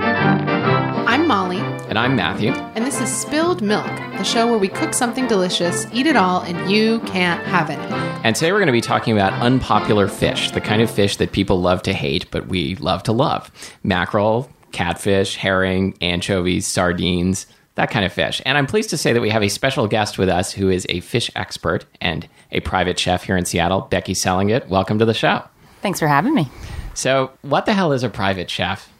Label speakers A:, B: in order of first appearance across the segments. A: I'm Molly,
B: And I'm Matthew.
A: and this is Spilled Milk, the show where we cook something delicious, eat it all, and you can't have any.
B: And today we're going to be talking about unpopular fish, the kind of fish that people love to hate, but we love to love. Mackerel, catfish, herring, anchovies, sardines, that kind of fish. And I'm pleased to say that we have a special guest with us who is a fish expert and a private chef here in Seattle, Becky Sellingit. Welcome to the show.
C: Thanks for having me.
B: So, what the hell is a private chef?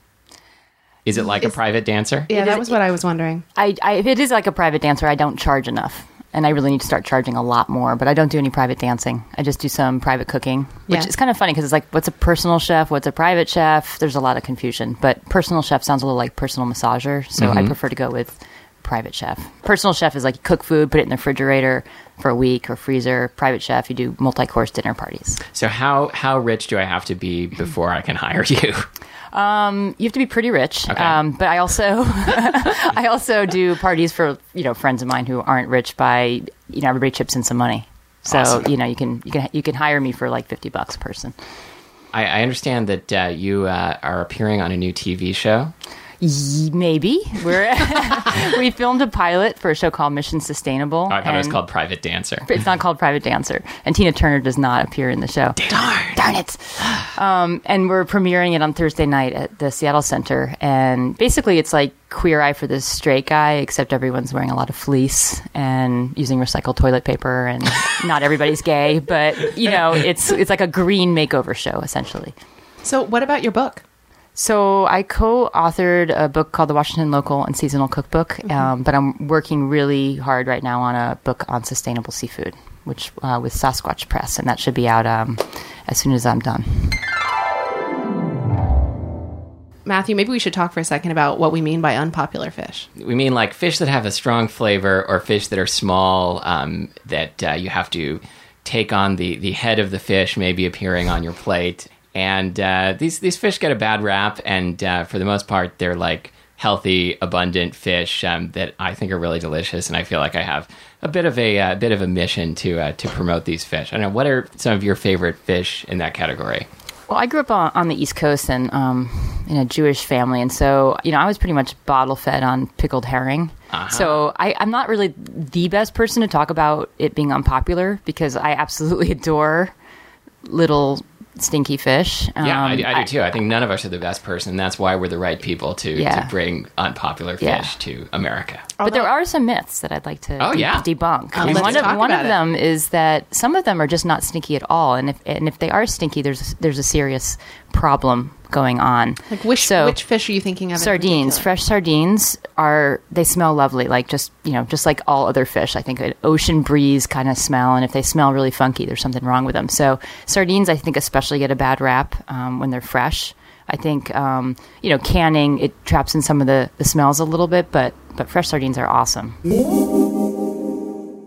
B: Is it like a private dancer?
A: Yeah,
C: It
A: that
C: is-
A: was what I was wondering.
C: I, I, if it is like a private dancer, I don't charge enough. And I really need to start charging a lot more, but I don't do any private dancing. I just do some private cooking, which
A: Yeah.
C: is kind of funny because it's like, what's a personal chef? What's a private chef? There's a lot of confusion, but personal chef sounds a little like personal massager. So I prefer to go with private chef. Personal chef is like you cook food, put it in the refrigerator for a week or freezer. Private chef, you do multi course dinner parties.
B: So, how how rich do I have to be before I can hire you?
C: you have to be pretty rich. Um, but I also I also do parties for you know friends of mine who aren't rich by you know everybody chips in some money. So
B: Awesome.
C: you know you can you can you can hire me for like fifty bucks a person.
B: I, I understand that uh, you uh, are appearing on a new TV show.
C: Ye- Maybe we're we filmed a pilot for a show called Mission Sustainable.
B: I thought it was
C: and-
B: called Private Dancer.
C: It's not called Private Dancer, and Tina Turner does not appear in the show. Darn, darn it! Um, and we're premiering it on Thursday night at the Seattle Center, and basically it's like Queer Eye for the straight guy, except everyone's wearing a lot of fleece and using recycled toilet paper, and not everybody's gay, but you know it's it's like a green makeover show essentially.
A: So what about your book?
C: So I co-authored a book called The Washington Local and Seasonal Cookbook, um, but I'm working really hard right now on a book on sustainable seafood, which uh, with Sasquatch Press, and that should be out um, as soon as I'm done.
A: Matthew, maybe we should talk for a second about what we mean by unpopular fish.
B: We mean like fish that have a strong flavor or fish that are small um, that uh, you have to take on the, the head of the fish, maybe appearing on your plate. And uh, these, these fish get a bad rap, and uh, for the most part, they're like healthy, abundant fish um, that I think are really delicious. And I feel like I have a bit of a, uh, bit of a mission to, uh, to promote these fish. I don't know, what are some of your favorite fish in that category?
C: Well, I grew up on, on the East Coast and um, in a Jewish family, and so you know I was pretty much bottle fed on pickled herring. So I, I'm not really the best person to talk about it being unpopular because I absolutely adore little stinky fish.
B: Yeah, I,
C: Um,
B: do- I do too. I think none of us are the best person. and That's why we're the right people to,
C: Yeah.
B: to bring unpopular fish
C: Yeah.
B: to America.
C: But there are some myths that I'd like to
B: Oh,
C: de-
B: yeah.
C: debunk.
A: Uh,
C: And
A: let's
C: one
A: talk
C: of, one
A: about
C: of
A: it.
C: them is that some of them are just not stinky at all, and if and if they are stinky, there's there's a serious problem going on.
A: Like which
C: So-
A: which fish are you thinking of? in
C: sardines,
A: particular?
C: fresh sardines are they smell lovely, like just you know just like all other fish. I think an ocean breeze kind of smell, and if they smell really funky, there's something wrong with them. So sardines, I think especially get a bad rap um, when they're fresh. I think um, you know canning it traps in some of the, the smells a little bit, but but fresh sardines are awesome.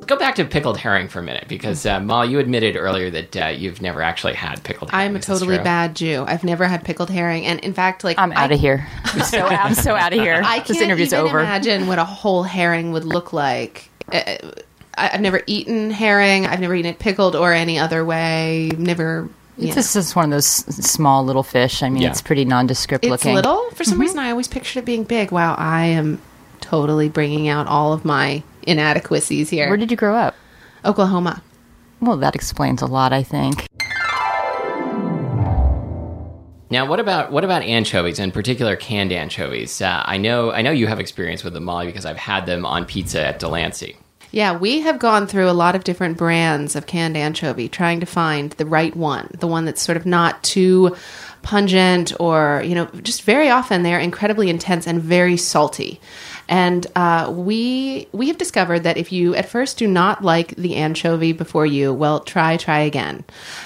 B: Go back to pickled herring for a minute, because uh, Mal, you admitted earlier that uh, you've never actually had pickled. herring.
A: I'm a
B: Is this
A: totally
B: true?
A: bad Jew. I've never had pickled herring, and in fact, like
C: I'm out of here. I'm so I'm so out of here.
A: I
C: this
A: can't
C: interview's
A: even
C: over.
A: imagine what a whole herring would look like uh, I- I've never eaten herring. I've never eaten it pickled or any other way. Never. you
C: It's
A: know.
C: just just one of those s- small little fish. I mean,
B: Yeah.
C: it's pretty nondescript
A: It's
C: looking. Mm-hmm.
A: little. For some reason, I always pictured it being big. Wow, I am totally bringing out all of my inadequacies here.
C: Where did you grow up?
A: Oklahoma.
C: Well, that explains a lot, I think.
B: Now, what about what about anchovies, in particular canned anchovies? Uh, I know I know you have experience with them, Molly, because I've had them on pizza at Delancey.
A: Yeah, we have gone through a lot of different brands of canned anchovy trying to find the right one, the one that's sort of not too pungent or, you know, just very often they're incredibly intense and very salty. And uh, we we have discovered that if you at first do not like the anchovy before you, well, try try again,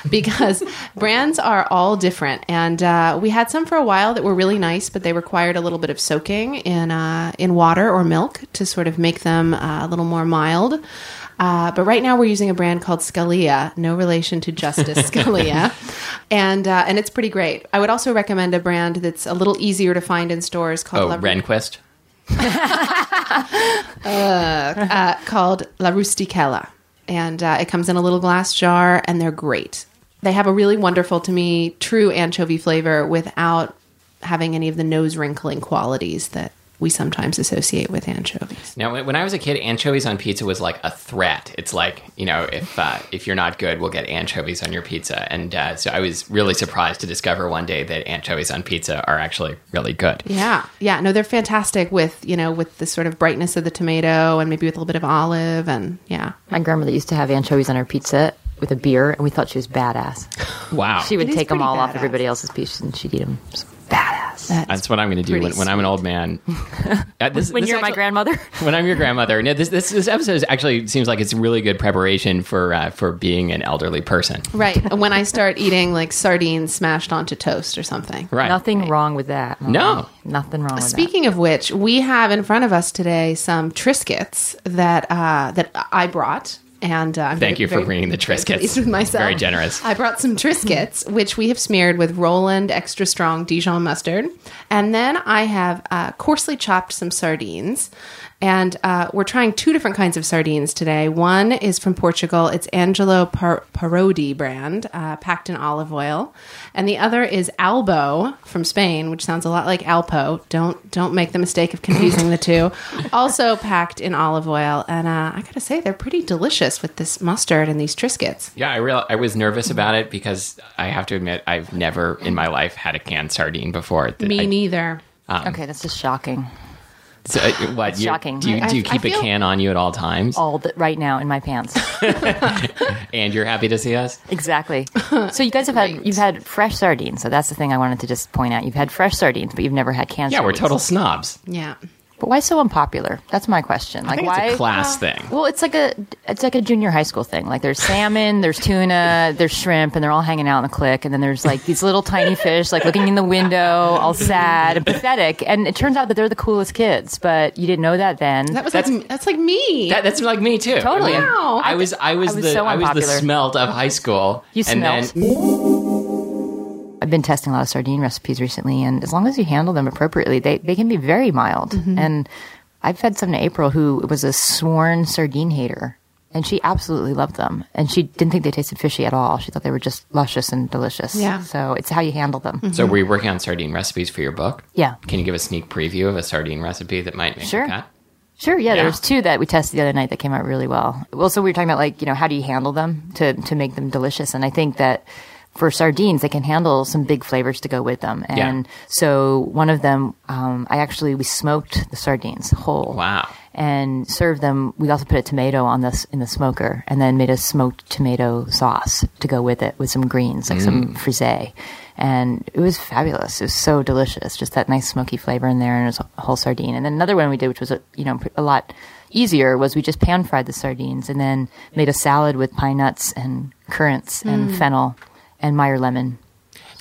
A: because brands are all different. And uh, we had some for a while that were really nice, but they required a little bit of soaking in uh, in water or milk to sort of make them uh, a little more mild. Uh, but right now we're using a brand called Scalia, no relation to Justice Scalia, and uh, and it's pretty great. I would also recommend a brand that's a little easier to find in stores called
B: Oh,
A: La-
B: Renquist.
A: uh, called La Rusticella. And uh, it comes in a little glass jar, and they're great. They have a really wonderful, to me, true anchovy flavor without having any of the nose wrinkling qualities that we sometimes associate with anchovies.
B: Now, when when I was a kid, anchovies on pizza was like a threat. It's like you know, if uh, if you're not good, we'll get anchovies on your pizza. And uh, so I was really surprised to discover one day that anchovies on pizza are actually really good.
A: Yeah, yeah, no, they're fantastic with you know with the sort of brightness of the tomato and maybe with a little bit of olive and yeah.
C: My grandmother used to have anchovies on her pizza with a beer, and we thought she was badass.
B: Wow,
C: She would
A: It is
C: take them
A: pretty
C: all
A: badass.
C: off everybody else's pieces and she'd eat them. Badass.
B: that's what I'm going to do
A: pretty
B: when, when I'm an old man. Uh, this-
C: when
B: this
C: you're my
B: actually-
C: grandmother,
B: when I'm your grandmother. No, this this, this episode is actually seems like it's really good preparation for uh, for being an elderly person.
A: Right, when I start eating like sardines smashed onto toast or something.
B: Right.
C: nothing wrong with that. Mom.
B: No.
C: nothing wrong with that.
A: Speaking of which, we have in front of us today some Triscuits that uh, that I brought. And uh, I'm
B: Thank
A: very-
B: you for
A: very-
B: bringing the
A: very
B: Triscuits.
A: pleased with myself.
B: Very generous.
A: I brought some Triscuits, which we have smeared with Roland extra strong Dijon mustard, and then I have uh, coarsely chopped some sardines. And uh, we're trying two different kinds of sardines today. One is from Portugal. It's Angelo Par- Parodi brand, uh, packed in olive oil, and the other is Albo from Spain, which sounds a lot like Alpo. Don't don't make the mistake of confusing the two. Also packed in olive oil, and uh, I gotta say they're pretty delicious with this mustard and these Triscuits.
B: Yeah, I real I was nervous about it because I have to admit I've never in my life had a canned sardine before. That
A: Me
B: I-
A: neither.
B: Um,
C: okay, that's just shocking.
B: so, uh, what you,
C: Shocking.
B: Do you,
A: I-
B: do you
A: I- I
B: keep
A: feel-
B: a can on you at all times?
C: All the, right now in my pants.
B: And you're happy to see us?
C: exactly. So you guys have had you've had fresh sardines. So that's the thing I wanted to just point out. You've had fresh sardines, but you've never had canned.
B: Yeah, we're
C: sardines.
B: total snobs.
A: Yeah.
C: But why so unpopular? That's my question. Like
B: I think
C: why? uh,
B: it's a class thing.
C: Well, it's like a it's like a junior high school thing. Like there's salmon, there's tuna, there's shrimp, and they're all hanging out in the clique. And then there's like these little tiny fish, like looking in the window, all sad and pathetic. And it turns out that they're the coolest kids, but you didn't know that then.
A: That was
B: That's-
A: like that's like me.
B: That, that's like me too.
C: Totally.
B: I, mean,
A: Wow.
B: I was I was,
C: I was
B: the
C: so
B: I was the
C: unpopular.
B: smelt of high school.
C: You
B: and
C: smelled.
B: then
C: I've been testing a lot of sardine recipes recently, and as long as you handle them appropriately, they, they can be very mild. And I've fed some to April, who was a sworn sardine hater, and she absolutely loved them. And she didn't think they tasted fishy at all. She thought they were just luscious and delicious.
A: Yeah.
C: So it's how you handle them.
B: So were you working on sardine recipes for your book?
C: Yeah.
B: Can you give a sneak preview of a sardine recipe that might make
C: Sure.
B: a cut?
C: Sure, yeah,
B: Yeah.
C: There was two that we tested the other night that came out really well. Well, so we were talking about like, you know, how do you handle them to to make them delicious? And I think that for sardines, they can handle some big flavors to go with them.
B: Yeah.
C: And so one of them, um, I actually we smoked the sardines whole.
B: Wow.
C: And served them. We also put a tomato on this in the smoker, and then made a smoked tomato sauce to go with it with some greens, like some frisee. And it was fabulous. It was so delicious, just that nice smoky flavor in there, and it was a whole sardine. And then another one we did, which was a, you know pr- a lot easier, was we just pan fried the sardines and then made a salad with pine nuts and currants and fennel and Meyer lemon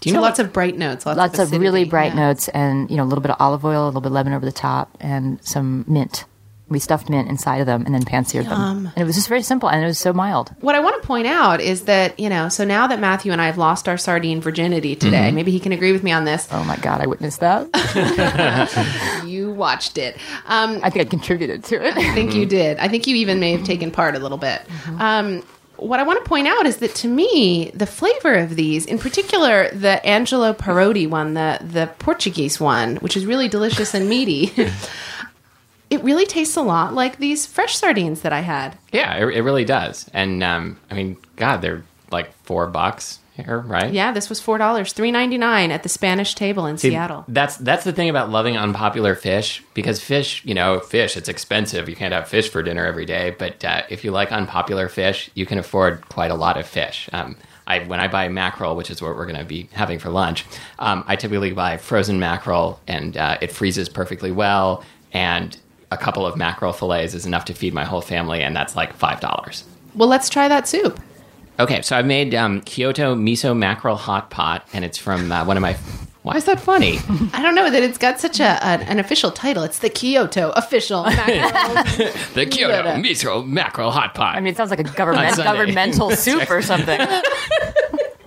B: Do you
A: So
B: know
A: lots of bright notes. Lots,
C: lots of
A: acidity.
C: really bright
A: Yeah.
C: notes and you know a little bit of olive oil a little bit of lemon over the top and some mint We stuffed mint inside of them and then pan seared them. And it was just very simple and it was so mild.
A: What I want to point out is that, you know, so now that Matthew and I have lost our sardine virginity today,
B: Mm-hmm.
A: maybe he can agree with me on this.
C: Oh my God, I witnessed that.
B: Oh.
A: You watched it. Um,
C: I think I contributed to
A: I
C: it.
B: Mm-hmm.
A: think you did. I think you even may have taken part a little bit. Um, what I want to point out is that to me, the flavor of these, in particular the Angelo Parodi one, the the Portuguese one, which is really delicious and meaty, it really tastes a lot like these fresh sardines that I had.
B: Yeah, it, it really does. And um, I mean, God, they're like four bucks here, right?
A: Yeah, this was four dollars, three ninety nine at the Spanish table in
B: See,
A: Seattle.
B: That's that's the thing about loving unpopular fish because fish, you know, fish it's expensive. You can't have fish for dinner every day, but uh, if you like unpopular fish, you can afford quite a lot of fish. Um, I when I buy mackerel, which is what we're going to be having for lunch, um, I typically buy frozen mackerel, and uh, it freezes perfectly well. And a couple of mackerel fillets is enough to feed my whole family, and that's like five dollars.
A: Well, let's try that soup.
B: Okay, so I've made um, Kyoto miso mackerel hot pot, and it's from uh, one of my. Why is that funny?
A: I don't know that it's got such a, a an official title. It's the Kyoto official.
B: The Kyoto
A: Kyoto.
B: miso mackerel hot pot.
C: I mean, it sounds like a government,
B: Sunday.
C: governmental soup or something.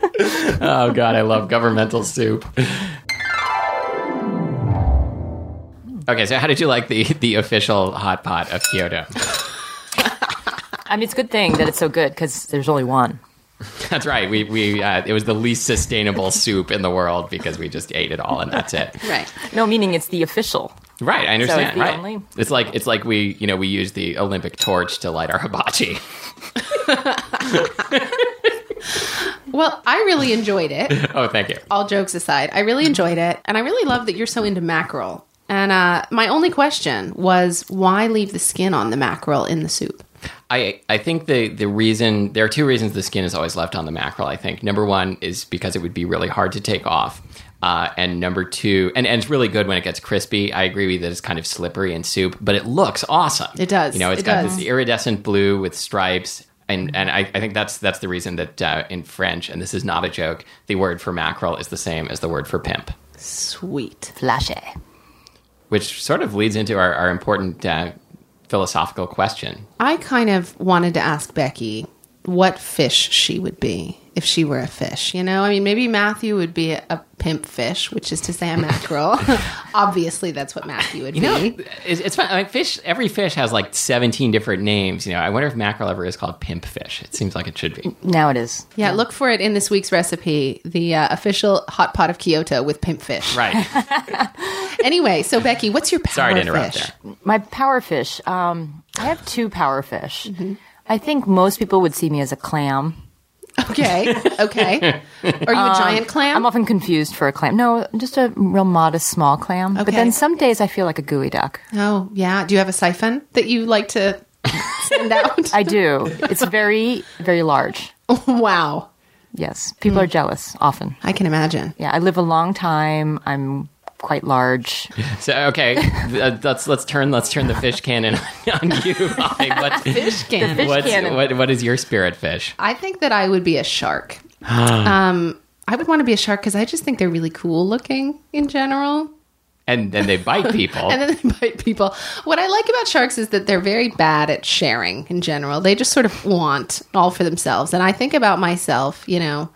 B: oh god, I love governmental soup. Okay, so how did you like the the official hot pot of Kyoto?
C: I mean, it's a good thing that it's so good because there's only one.
B: That's right. We we uh, it was the least sustainable soup in the world because we just ate it all and that's it.
A: right.
C: No, meaning it's the official.
B: Right, I understand.
C: the
B: right.
C: only-
B: It's like it's like we you know we use the Olympic torch to light our hibachi.
A: Well, I really enjoyed it.
B: Oh, thank you.
A: all jokes aside, I really enjoyed it, and I really love that you're so into mackerel. And uh, my only question was, why leave the skin on the mackerel in the soup?
B: I I think the the reason there are two reasons the skin is always left on the mackerel. I think number one is because it would be really hard to take off, uh, and number two, and, and it's really good when it gets crispy. I agree with you that it's kind of slippery in soup, but it looks awesome.
A: It does.
B: You know, it's
A: It
B: got
A: does.
B: this iridescent blue with stripes. And, and I, I think that's that's the reason that uh, in French, and this is not a joke, the word for mackerel is the same as the word for pimp,
A: Sweet.
C: Flashe.
B: which sort of leads into our, our important uh, philosophical question.
A: I kind of wanted to ask Becky what fish she would be if she were a fish. You know, I mean, maybe Matthew would be a, a pimp fish, which is to say a mackerel. Obviously, that's what Matthew would
B: You know,
A: be.
B: it's, it's fun. Like fish, every fish has like seventeen different names. You know, I wonder if mackerel ever is called pimp fish. It seems like it should be.
C: Now it is.
A: Yeah, look for it in this week's recipe, the uh, official hot pot of Kyoto with pimp fish.
B: Right.
A: Anyway, so Becky, what's your power
B: Sorry to interrupt
A: fish?
B: there.
C: My power fish. Um, I have two power fish. I think most people would see me as a clam.
A: Okay. Okay. Are you a giant clam?
C: Um, I'm often confused for a clam. No, I'm just a real modest small clam. But
A: Okay.
C: then some days I feel like a gooey duck.
A: oh, yeah. Do you have a siphon that you like to send out?
C: I do. it's very, very large.
A: wow.
C: Yes. People
A: Mm.
C: are jealous often.
A: I can imagine.
C: Yeah. I live a long time. I'm quite large.
B: So okay, th- let's let's turn let's turn the fish cannon on you. Holly. What,
A: Fish can.
B: what's,
C: cannon.
B: What, what is your spirit fish?
A: I think that I would be a shark. um, I would want to be a shark because I just think they're really cool looking in general.
B: And then they bite people.
A: And then they bite people. What I like about sharks is that they're very bad at sharing in general. They just sort of want all for themselves. And I think about myself, you know,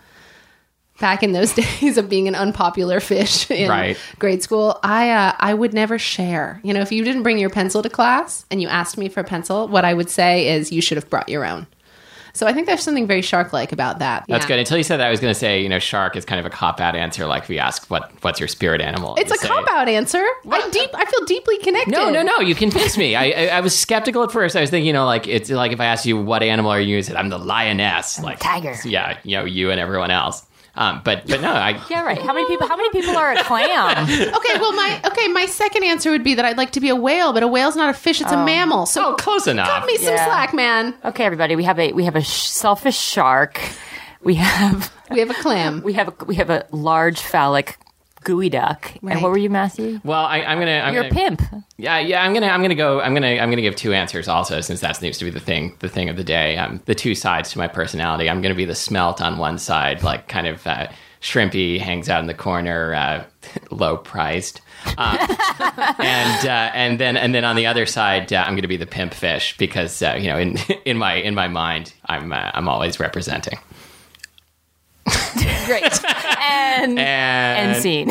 A: back in those days of being an unpopular fish in
B: Right.
A: grade school, I uh, I would never share. You know, if you didn't bring your pencil to class and you asked me for a pencil, what I would say is you should have brought your own. So I think there's something very shark-like about that.
B: That's
A: Yeah.
B: good. Until you said that, I was going to say, you know, shark is kind of a cop out answer. Like we ask, what what's your spirit animal?
A: It's
B: You
A: a
B: say-
A: cop out answer. I deep. I feel deeply connected.
B: No, no, no! You convinced me. I, I I was skeptical at first. I was thinking, you know, like it's like if I asked you what animal are you, you said I'm the lioness, like
C: tiger.
B: Yeah, you know, you and everyone else. Um, but but no, I
C: Yeah, right. How many people? How many people are a clam?
A: Okay, well, my okay, my second answer would be that I'd like to be a whale, but a whale's not a fish; it's a mammal. So
B: oh close enough.
A: cut me some
C: Yeah.
A: slack, man.
C: Okay, everybody. We have a we have a sh- selfish shark. We have
A: We have a clam.
C: we have a, we have a large phallic gooey duck.
A: Right.
C: And what were you, Matthew?
B: Well, I, I'm gonna. I'm
C: You're a
B: gonna,
C: pimp.
B: Yeah, yeah. I'm gonna. I'm gonna go. I'm gonna. I'm gonna give two answers also, since that seems to be the thing. The thing of the day. Um, the two sides to my personality. I'm gonna be the smelt on one side, like kind of. Uh, Shrimpy hangs out in the corner, uh, low priced. Uh, and uh, and then and then on the other side, uh, I'm going to be the pimp fish because uh, you know in in my in my mind, I'm uh, I'm always representing.
C: Great. And, and,
B: And
C: scene.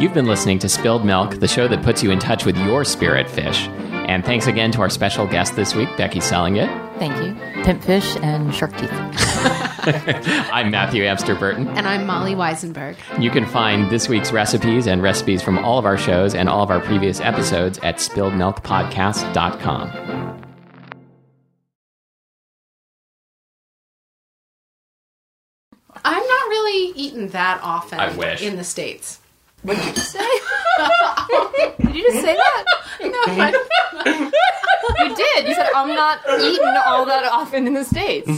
B: You've been listening to Spilled Milk, the show that puts you in touch with your spirit fish. And thanks again to our special guest this week, Becky Selling
C: Thank you. Pimpfish and shark teeth.
B: I'm Matthew Amster Burton.
A: And I'm Molly Weisenberg.
B: You can find this week's recipes and recipes from all of our shows and all of our previous episodes at spilledmilkpodcast.com.
A: I'm not really eaten that often
B: I wish.
A: in the States.
C: Did you just say that? you did. You said I'm not eaten all that often in the states.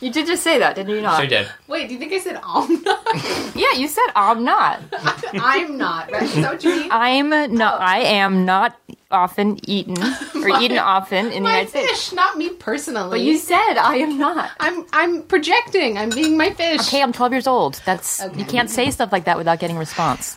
C: You did just say that, didn't you not?
B: did.
A: Wait, do you think I said I'm not?
C: Yeah, you said I'm not.
A: I'm not, right? Is that what you mean?
C: I'm not.
A: Oh.
C: I am not often eaten or eaten often in the
A: My
C: United States.
A: fish, not me personally.
C: But you said I am not.
A: I'm I'm projecting. I'm being my fish.
C: Okay, I'm 12 years old. That's you can't say stuff like that without getting response.